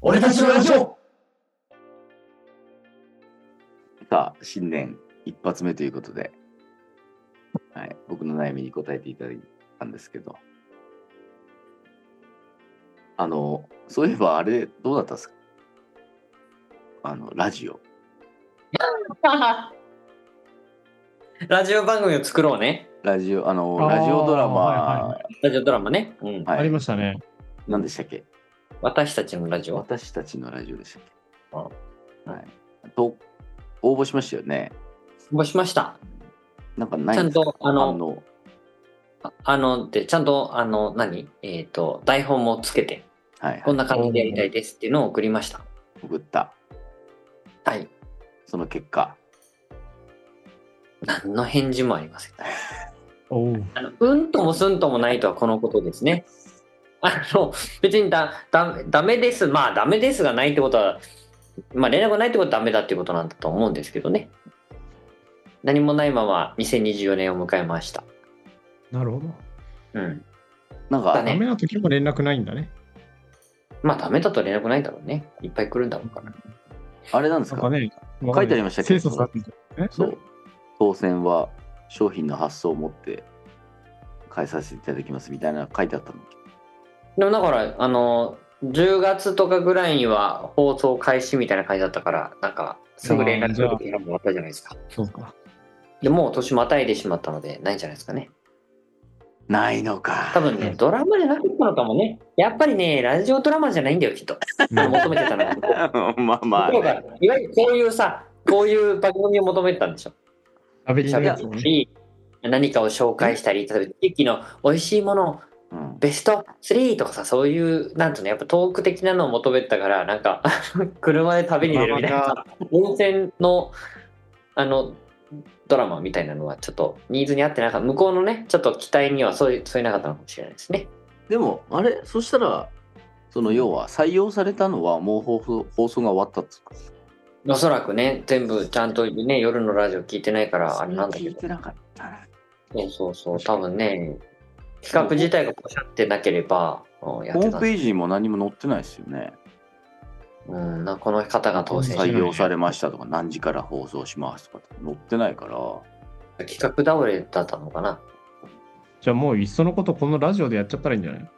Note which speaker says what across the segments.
Speaker 1: 俺たちのラジオ
Speaker 2: さあ、新年一発目ということで、はい、僕の悩みに答えていただいたんですけど、あの、そういえばあれ、どうだったんですかあの、ラジオ。
Speaker 3: ラジオ番組を作ろうね。
Speaker 2: ラジオ、あの、
Speaker 1: あー
Speaker 2: ラジオドラマ、
Speaker 1: はい
Speaker 2: は
Speaker 3: ラジオドラマね。うん。
Speaker 1: ありましたね。
Speaker 2: 何でしたっけ
Speaker 3: 私たちのラジオ。
Speaker 2: 私たちのラジオでしたっけ
Speaker 3: あ
Speaker 2: はい。と、応募しましたよね。
Speaker 3: 応募しました。
Speaker 2: なんかない
Speaker 3: ちゃ
Speaker 2: ん
Speaker 3: ん
Speaker 2: ですか
Speaker 3: と、あ
Speaker 2: 反
Speaker 3: の、
Speaker 2: 応。
Speaker 3: ああの、で、ちゃんと、あの、何えっ、と、台本もつけて、
Speaker 2: はい、は
Speaker 3: こ
Speaker 2: い
Speaker 3: ん。な感じでやりたいですっていうのを送りました。
Speaker 2: 送った。
Speaker 3: はい。
Speaker 2: その結果。
Speaker 3: 何の返事もありません。
Speaker 1: おう
Speaker 3: あのうんともすんともないとはこのことですね。あの、別にだ、だ、ダメです。まあ、ダメですがないってことは、まあ、連絡がないってことはダメだっていうことなんだと思うんですけどね。何もないまま2024年を迎えました。
Speaker 1: なるほど。
Speaker 3: うん。
Speaker 2: なんか、
Speaker 3: だ
Speaker 1: ダ
Speaker 3: ね
Speaker 1: メな時も連絡ないんだね。
Speaker 3: まあ、ダメだと連絡ないだろうね。いっぱい来るんだろうから。
Speaker 2: あれなんです
Speaker 1: なん
Speaker 2: か
Speaker 1: かね、
Speaker 2: 書いてありましたけど
Speaker 1: 清楚さんえ
Speaker 2: そう。当選は商品の発送を持って返させていただきますみたいなの書いてあったの。
Speaker 3: でも、だから、あの、10月とかぐらいには放送開始みたいな感じだったから、なんか、すぐ連絡する時もらったじゃないですか。
Speaker 1: そうか。
Speaker 3: でもう年またいでしまったので、ないんじゃないですかね。
Speaker 2: ないのか。
Speaker 3: 多分ね、ドラマじゃなかったのかもね。やっぱりね、ラジオドラマじゃないんだよ、きっと。求めてたのは。
Speaker 2: まあ まあ、
Speaker 3: ところが
Speaker 2: ね。
Speaker 3: いわゆるこういうさ、こういう番組を求めてたんでしょ。
Speaker 1: 喋りたい
Speaker 3: 喋
Speaker 1: や
Speaker 3: っ
Speaker 1: つ
Speaker 3: た
Speaker 1: もね。
Speaker 3: り、何かを紹介したり、例えば地域の美味しいもの、
Speaker 2: うん、
Speaker 3: ベスト3とかさ、そういう、なんていうの、やっぱトーク的なのを求めてたから、なんか、 車で旅に出るみたいなさ、温泉の、あの、ドラマみたいなのはちょっとニーズに合ってなかった向こうのねちょっと期待にはそういうそういうなかったのかもしれないですね
Speaker 2: でも、あれ、そしたら、その要は採用されたのはもう放送放送が終わったっつうか
Speaker 3: おそらくね、全部ちゃんとね、夜のラジオ聞いてないから、あれなんだけ
Speaker 2: 聞い
Speaker 3: ど。
Speaker 2: てなかったな。
Speaker 3: そうそうそう、多分ね、企画自体がポシャってなければ、うんやっ
Speaker 2: ホ
Speaker 3: て
Speaker 2: ー
Speaker 3: た
Speaker 2: ム。ページにも何も載ってないですよね。
Speaker 3: うん、なこの方が当選し
Speaker 2: 採用されましたとか、何時から放送しますとかって載ってないから、
Speaker 3: た企画倒れだったのかな。
Speaker 1: じゃあもういっそのことこのラジオでやっちゃったらいいんじゃない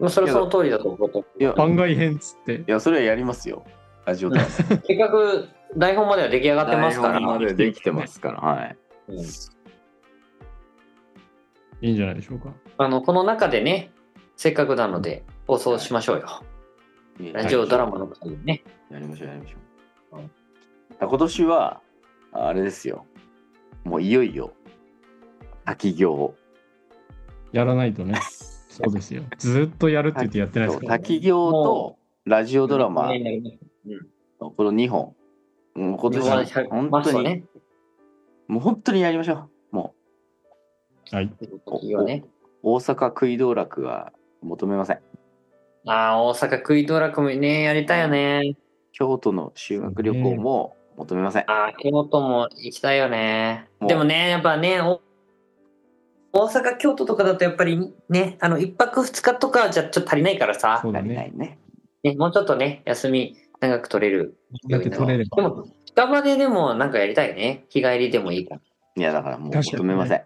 Speaker 3: まあ、それはその通りだと思う。
Speaker 2: いや、
Speaker 1: 番外編っつって
Speaker 2: い。やそれはやりますよ。ラジオドラマ
Speaker 3: 企画、台本までは出来上がってますから。
Speaker 2: 台本までできてますから、はい。
Speaker 3: うん
Speaker 1: いいんじゃないでしょうか。
Speaker 3: あの、この中でね、せっかくなので、放送しましょうよ。ラジオドラマの回をね。
Speaker 2: やりましょうやりましょう
Speaker 3: うん。
Speaker 2: 今年はあれですよ。もういよいよ滝行。
Speaker 1: やらないとね。そうですよ。ずーっとやるって言ってやってないですから、
Speaker 2: 滝行と
Speaker 3: も
Speaker 2: ラジオドラマ
Speaker 3: ねなります
Speaker 2: この2本。もう今
Speaker 3: 日本
Speaker 2: 年
Speaker 3: は
Speaker 2: 本当に、
Speaker 3: ね。
Speaker 2: もう本当にやりましょう。も
Speaker 1: はい。
Speaker 3: いいよね。
Speaker 2: う大阪食道楽は求めません。
Speaker 3: ああ、大阪食い道楽もね、やりたいよね。
Speaker 2: 京都の修学旅行も求めません。
Speaker 3: ああ、京都も行きたいよね。
Speaker 2: もう
Speaker 3: でもね、やっぱね、お大阪、京都とかだとやっぱりね、あの、一泊二日とかじゃちょっと足りないからさ
Speaker 1: そ、う
Speaker 2: な
Speaker 1: だ
Speaker 2: りない
Speaker 1: ね。
Speaker 2: ね。
Speaker 3: ね、もうちょっとね、休み長く取れる
Speaker 1: だ
Speaker 3: よ
Speaker 1: っ
Speaker 3: うに
Speaker 1: て
Speaker 3: な
Speaker 1: 取れれ
Speaker 3: で
Speaker 1: ば。
Speaker 3: も、近場ででもなんかやりたいね。日帰りでもいいから。
Speaker 2: いやだからもう
Speaker 1: 確か
Speaker 2: 求
Speaker 1: に
Speaker 2: めません。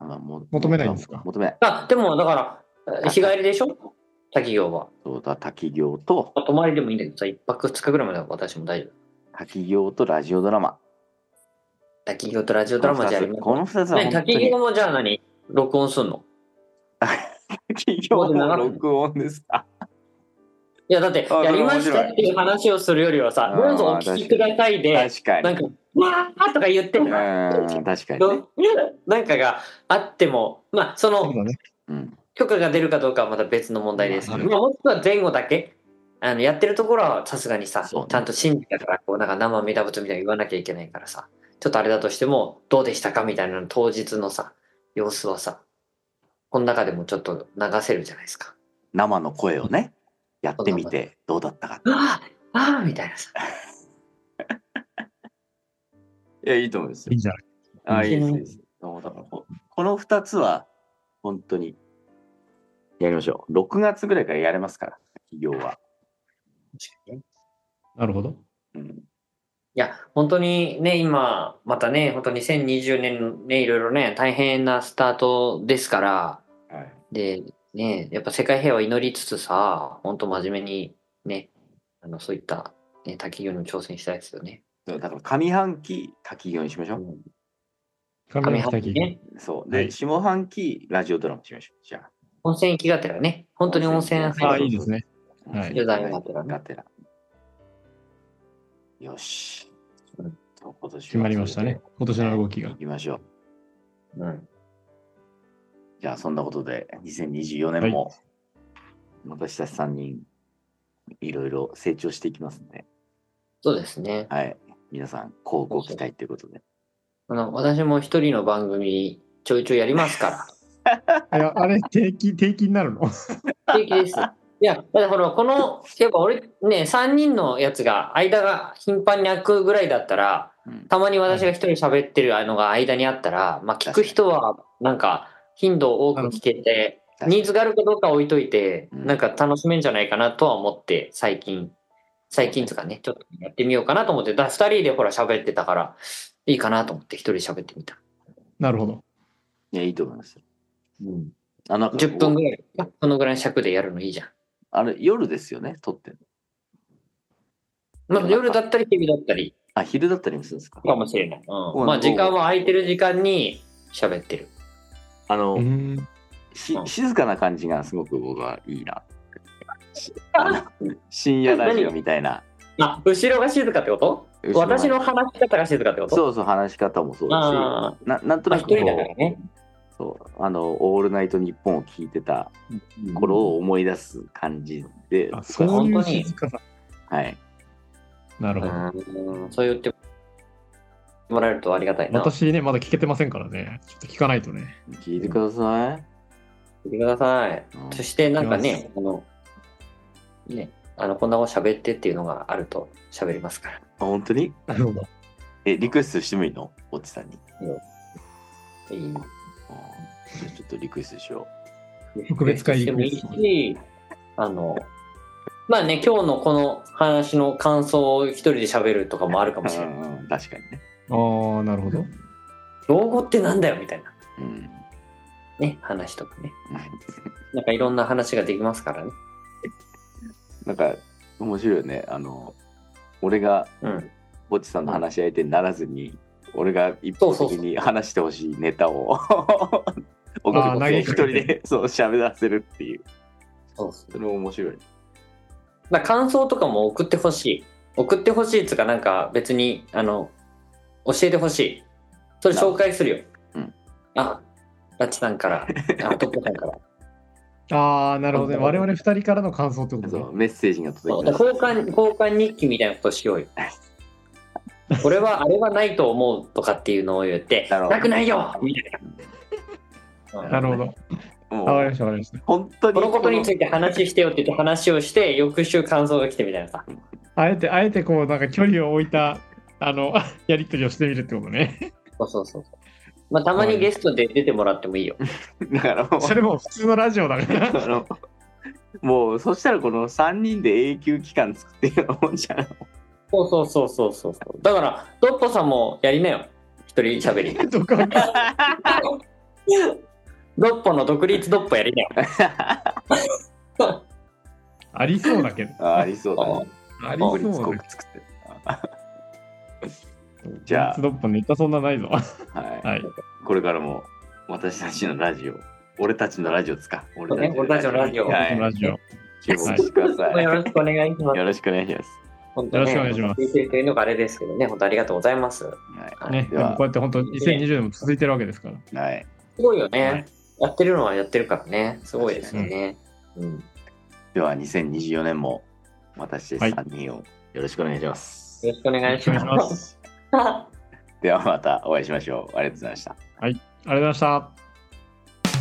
Speaker 2: あのもう
Speaker 1: 求めないんですか
Speaker 2: 求めない。
Speaker 3: あ、でもだから、日帰りでしょ滝行は。
Speaker 2: そうだ滝行と
Speaker 3: まあ泊まりでもいいんだけどさ、一泊二日ぐらいまでは私も大丈夫。
Speaker 2: 滝行とラジオドラマ。
Speaker 3: 滝行とラジオドラマじゃありま
Speaker 2: この二つ
Speaker 3: す。
Speaker 2: は本
Speaker 3: ね
Speaker 2: 当
Speaker 3: 滝
Speaker 2: に
Speaker 3: 行もじゃあ何録音すんの
Speaker 2: 企業の録音ですか。
Speaker 3: いや、だって、
Speaker 2: あ
Speaker 3: やりましたっていう話をするよりはさ、
Speaker 2: うん
Speaker 3: どうぞお聞きくださいで、
Speaker 2: 確か
Speaker 3: な
Speaker 2: に
Speaker 3: ん。か、わーとか言って
Speaker 2: う
Speaker 3: も、
Speaker 2: ん、確かにね。
Speaker 3: どなんかがあっても、まあ、そ
Speaker 1: そう
Speaker 3: の
Speaker 1: だね。
Speaker 2: うん、
Speaker 3: 許可が出るかどうかはまた別の問題ですけど、
Speaker 1: ま
Speaker 3: まあ、もしくは前後だけ、あのやってるところはさすがにさ、ち
Speaker 2: そうね
Speaker 3: ゃんと真理だから、こう、なんか生目立つみたいなの言わなきゃいけないからさ、ちょっとあれだとしても、どうでしたかみたいなの当日のさ、様子はさ、この中でもちょっと流せるじゃないですか。
Speaker 2: 生の声をね、やってみてどうだったか。
Speaker 3: ああ、ああ、みたいなさ。
Speaker 2: いや、いいと思います
Speaker 1: いいんじゃない
Speaker 2: あ、いいですいいです。もうだからここの二つは本当にやりましょう。6月ぐらいからやれますから、企業は。
Speaker 3: にね。
Speaker 1: なるほど。
Speaker 2: うん。
Speaker 3: いや、本当にね、今、またね、本当2020年ね、いろいろね、大変なスタートですから、
Speaker 2: はい。
Speaker 3: で、ね、やっぱ世界平和を祈りつつさ、本当真面目にね、あのそういった、ね、他企業にも挑戦したいですよね。
Speaker 2: そうだから上半期、書き業にしましょう。
Speaker 1: 神
Speaker 3: 上
Speaker 1: 崎
Speaker 3: 半
Speaker 1: 滝
Speaker 3: 期ね、
Speaker 2: そう。
Speaker 1: は
Speaker 2: で、
Speaker 1: い
Speaker 2: 下半期、ラジオドラマしましょう。じゃあ。
Speaker 3: 温泉行きがてらね、本当に温泉
Speaker 2: 温
Speaker 1: あ
Speaker 2: 泉
Speaker 1: あ、
Speaker 3: 入
Speaker 1: い
Speaker 3: る
Speaker 1: いですね。はい
Speaker 3: デザインがてらね
Speaker 2: がてらよし
Speaker 3: うん。
Speaker 2: と今年は
Speaker 1: 決まりましたね。今年の動きが
Speaker 2: 行。きましょう。
Speaker 3: うん。
Speaker 2: じゃあ、そんなことで、2024年も、私たち3人、いろいろ成長していきますんで、
Speaker 3: そうですね。
Speaker 2: はい。皆さん、こうご期待ということで。
Speaker 3: あの私も一人の番組ちょいちょいやりますから。
Speaker 1: いや、あれ、定期、定期になるの
Speaker 3: 平気 です。いや、だからほら、この、やっぱ俺、ね、3人のやつが、間が頻繁に開くぐらいだったら、
Speaker 2: うん
Speaker 3: たまに私が一人喋ってるのが間にあったら、まあ、聞く人は、なんか、頻度を多く聞けて、ニーズがあるかどうかは置いといて、
Speaker 2: うん
Speaker 3: なんか楽しめんじゃないかなとは思って、最近、最近とかね、ちょっとやってみようかなと思って、だ2人でほら、喋ってたから、いいかなと思って、一人喋ってみた。
Speaker 1: なるほど。
Speaker 2: いや、いいと思いますよ。
Speaker 3: うん、
Speaker 2: あの
Speaker 3: 10分ぐらい、このぐらいの尺でやるのいいじゃん。
Speaker 2: あれ、夜ですよね、撮ってんの
Speaker 3: まあ、夜だったり、昼だったり、
Speaker 2: あ、昼だったりもするんですか
Speaker 3: かもしれない。うんん、まあ時間は空いてる時間に喋ってる。
Speaker 2: あの、
Speaker 1: うん。
Speaker 2: し
Speaker 3: うん
Speaker 2: 静かな感じがすごく僕はいいな。 あの深夜ラジオみたいな。
Speaker 3: あ、後ろが静かってこと
Speaker 2: 後ろが
Speaker 3: 私の話し方が静かってことう。
Speaker 2: そうそう、話し方もそうだ
Speaker 3: あ
Speaker 2: し、ななんとな
Speaker 3: あ、まあ一
Speaker 2: くこ
Speaker 3: 人だから
Speaker 2: う、
Speaker 3: ね。
Speaker 2: そうあの、オールナイトニッポンを聞いてた頃を思い出す感じで、
Speaker 1: あ、そうい
Speaker 3: 本
Speaker 1: う
Speaker 3: 当に
Speaker 1: 静かさ。
Speaker 2: はい。
Speaker 1: なる
Speaker 3: う
Speaker 1: ほど。
Speaker 3: ん、そう言ってもらえるとありがたいな。聞
Speaker 1: 私ね、まだ聞けてませんからね。ちょっと聞かないとね。
Speaker 2: 聞いてください。
Speaker 3: いてください。
Speaker 2: うん
Speaker 3: そしてなんか
Speaker 1: 行き
Speaker 3: ね、あの、ね、あの、こんなこと喋ってっていうのがあると喋りますから。
Speaker 2: あ、本当に
Speaker 1: なるほど。
Speaker 2: え、リクエストしてもいいのおちさんに。
Speaker 3: いい
Speaker 2: あーじゃあちょっとリクエストしよ
Speaker 1: 特別会議
Speaker 3: もいいし、あの、まあね、今日のこの話の感想を一人で喋るとかもあるか
Speaker 2: う。
Speaker 3: もしれない。
Speaker 2: うんうん確かにね。
Speaker 1: ああ、なるほど。
Speaker 3: 老後ってなんだよみたいな
Speaker 2: うん。
Speaker 3: ね、話とかね。なんかいろんな話ができますからね。
Speaker 2: なんか、面白いよね。あの、俺が
Speaker 3: うん。
Speaker 2: ぼっちさんの話し相手にならずに、俺が一
Speaker 3: そ
Speaker 2: 方
Speaker 3: うそう
Speaker 2: 的
Speaker 3: そう
Speaker 2: に話してほしいネタ を送
Speaker 1: あー投
Speaker 2: って
Speaker 1: げ
Speaker 2: 一
Speaker 1: か
Speaker 2: 人
Speaker 1: けて
Speaker 2: でそう喋らせるっていう
Speaker 3: そうそう。
Speaker 2: それも面白いね
Speaker 3: だから感想とかも送ってほしい。送ってほしいっつうか、なんか別に、あの、教えてほしい。それ紹介するよ。
Speaker 2: うん
Speaker 3: あ、ラチさんから、あ、トッポさんから。
Speaker 1: ああ、なるほどね。我々二人からの感想ってこと
Speaker 2: そ
Speaker 1: ね。
Speaker 2: うメッセージが
Speaker 3: そう
Speaker 2: 届い
Speaker 3: だ
Speaker 2: て
Speaker 3: から交換交換日記みたいなことしよ うよ。これはあれはないと思うとかっていうのを言って、
Speaker 2: なるほど
Speaker 3: なくないよみたいな。うん
Speaker 1: なるほど。
Speaker 2: も
Speaker 1: あわ
Speaker 2: う
Speaker 1: かりました、わかりました。
Speaker 2: 本当に
Speaker 3: このことについて話してよって言って話をして、翌週感想が来てみたいなさ。
Speaker 1: あえて、あえてこう、なんか距離を置いた、あの、 やりとりをしてみるってことね。
Speaker 3: そうそうそう。まあ、たまにゲストで出てもらってもいいよ。
Speaker 2: だから もう
Speaker 1: それもう普通のラジオだから。
Speaker 2: あのもうそしたらこの3人で永久期間作ってるようなもんじゃん
Speaker 3: そうそうそうそうそうそう。だから、ドッポさんもやりなよ。一人喋 り。
Speaker 1: どこか
Speaker 3: ドッポの独立ドッポやり なよ。
Speaker 1: ありそうだけど。
Speaker 2: あありそうだね
Speaker 1: あり
Speaker 2: 独
Speaker 1: そう
Speaker 2: 立
Speaker 1: だ
Speaker 2: 国
Speaker 1: け
Speaker 2: 作って
Speaker 1: ど。
Speaker 2: じゃあ
Speaker 1: スドップネタそんなないぞ。は
Speaker 2: はい、
Speaker 1: い。
Speaker 2: これからも私たちのラジオ俺たちのラジオつか俺
Speaker 3: そうね
Speaker 2: は
Speaker 3: 俺
Speaker 2: い
Speaker 1: ラジオ。よ
Speaker 2: 注目してください
Speaker 3: よろしくお願いしま す。
Speaker 2: よろしくお願いします。
Speaker 3: 本。
Speaker 1: よろしくお願いします
Speaker 3: 聞いてるというのがあれですけどね、本当ありがとうございます。
Speaker 2: はい
Speaker 3: はい
Speaker 1: ね、
Speaker 2: で
Speaker 1: で
Speaker 2: は
Speaker 1: もこうやって本当2020年も続いてるわけですから。
Speaker 2: はい。
Speaker 3: すごいよね、
Speaker 1: はい
Speaker 3: やってるのはやってるからね。すごいですよね。うん。
Speaker 2: では、2024年も私たち3人をよろしくお願いします。
Speaker 3: よろしくお願いしま
Speaker 1: お
Speaker 3: す。
Speaker 1: 願いします。
Speaker 2: では、またお会いしましょう。ありがとうございました。
Speaker 1: ありがとうございました。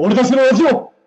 Speaker 1: 俺たちのラジオ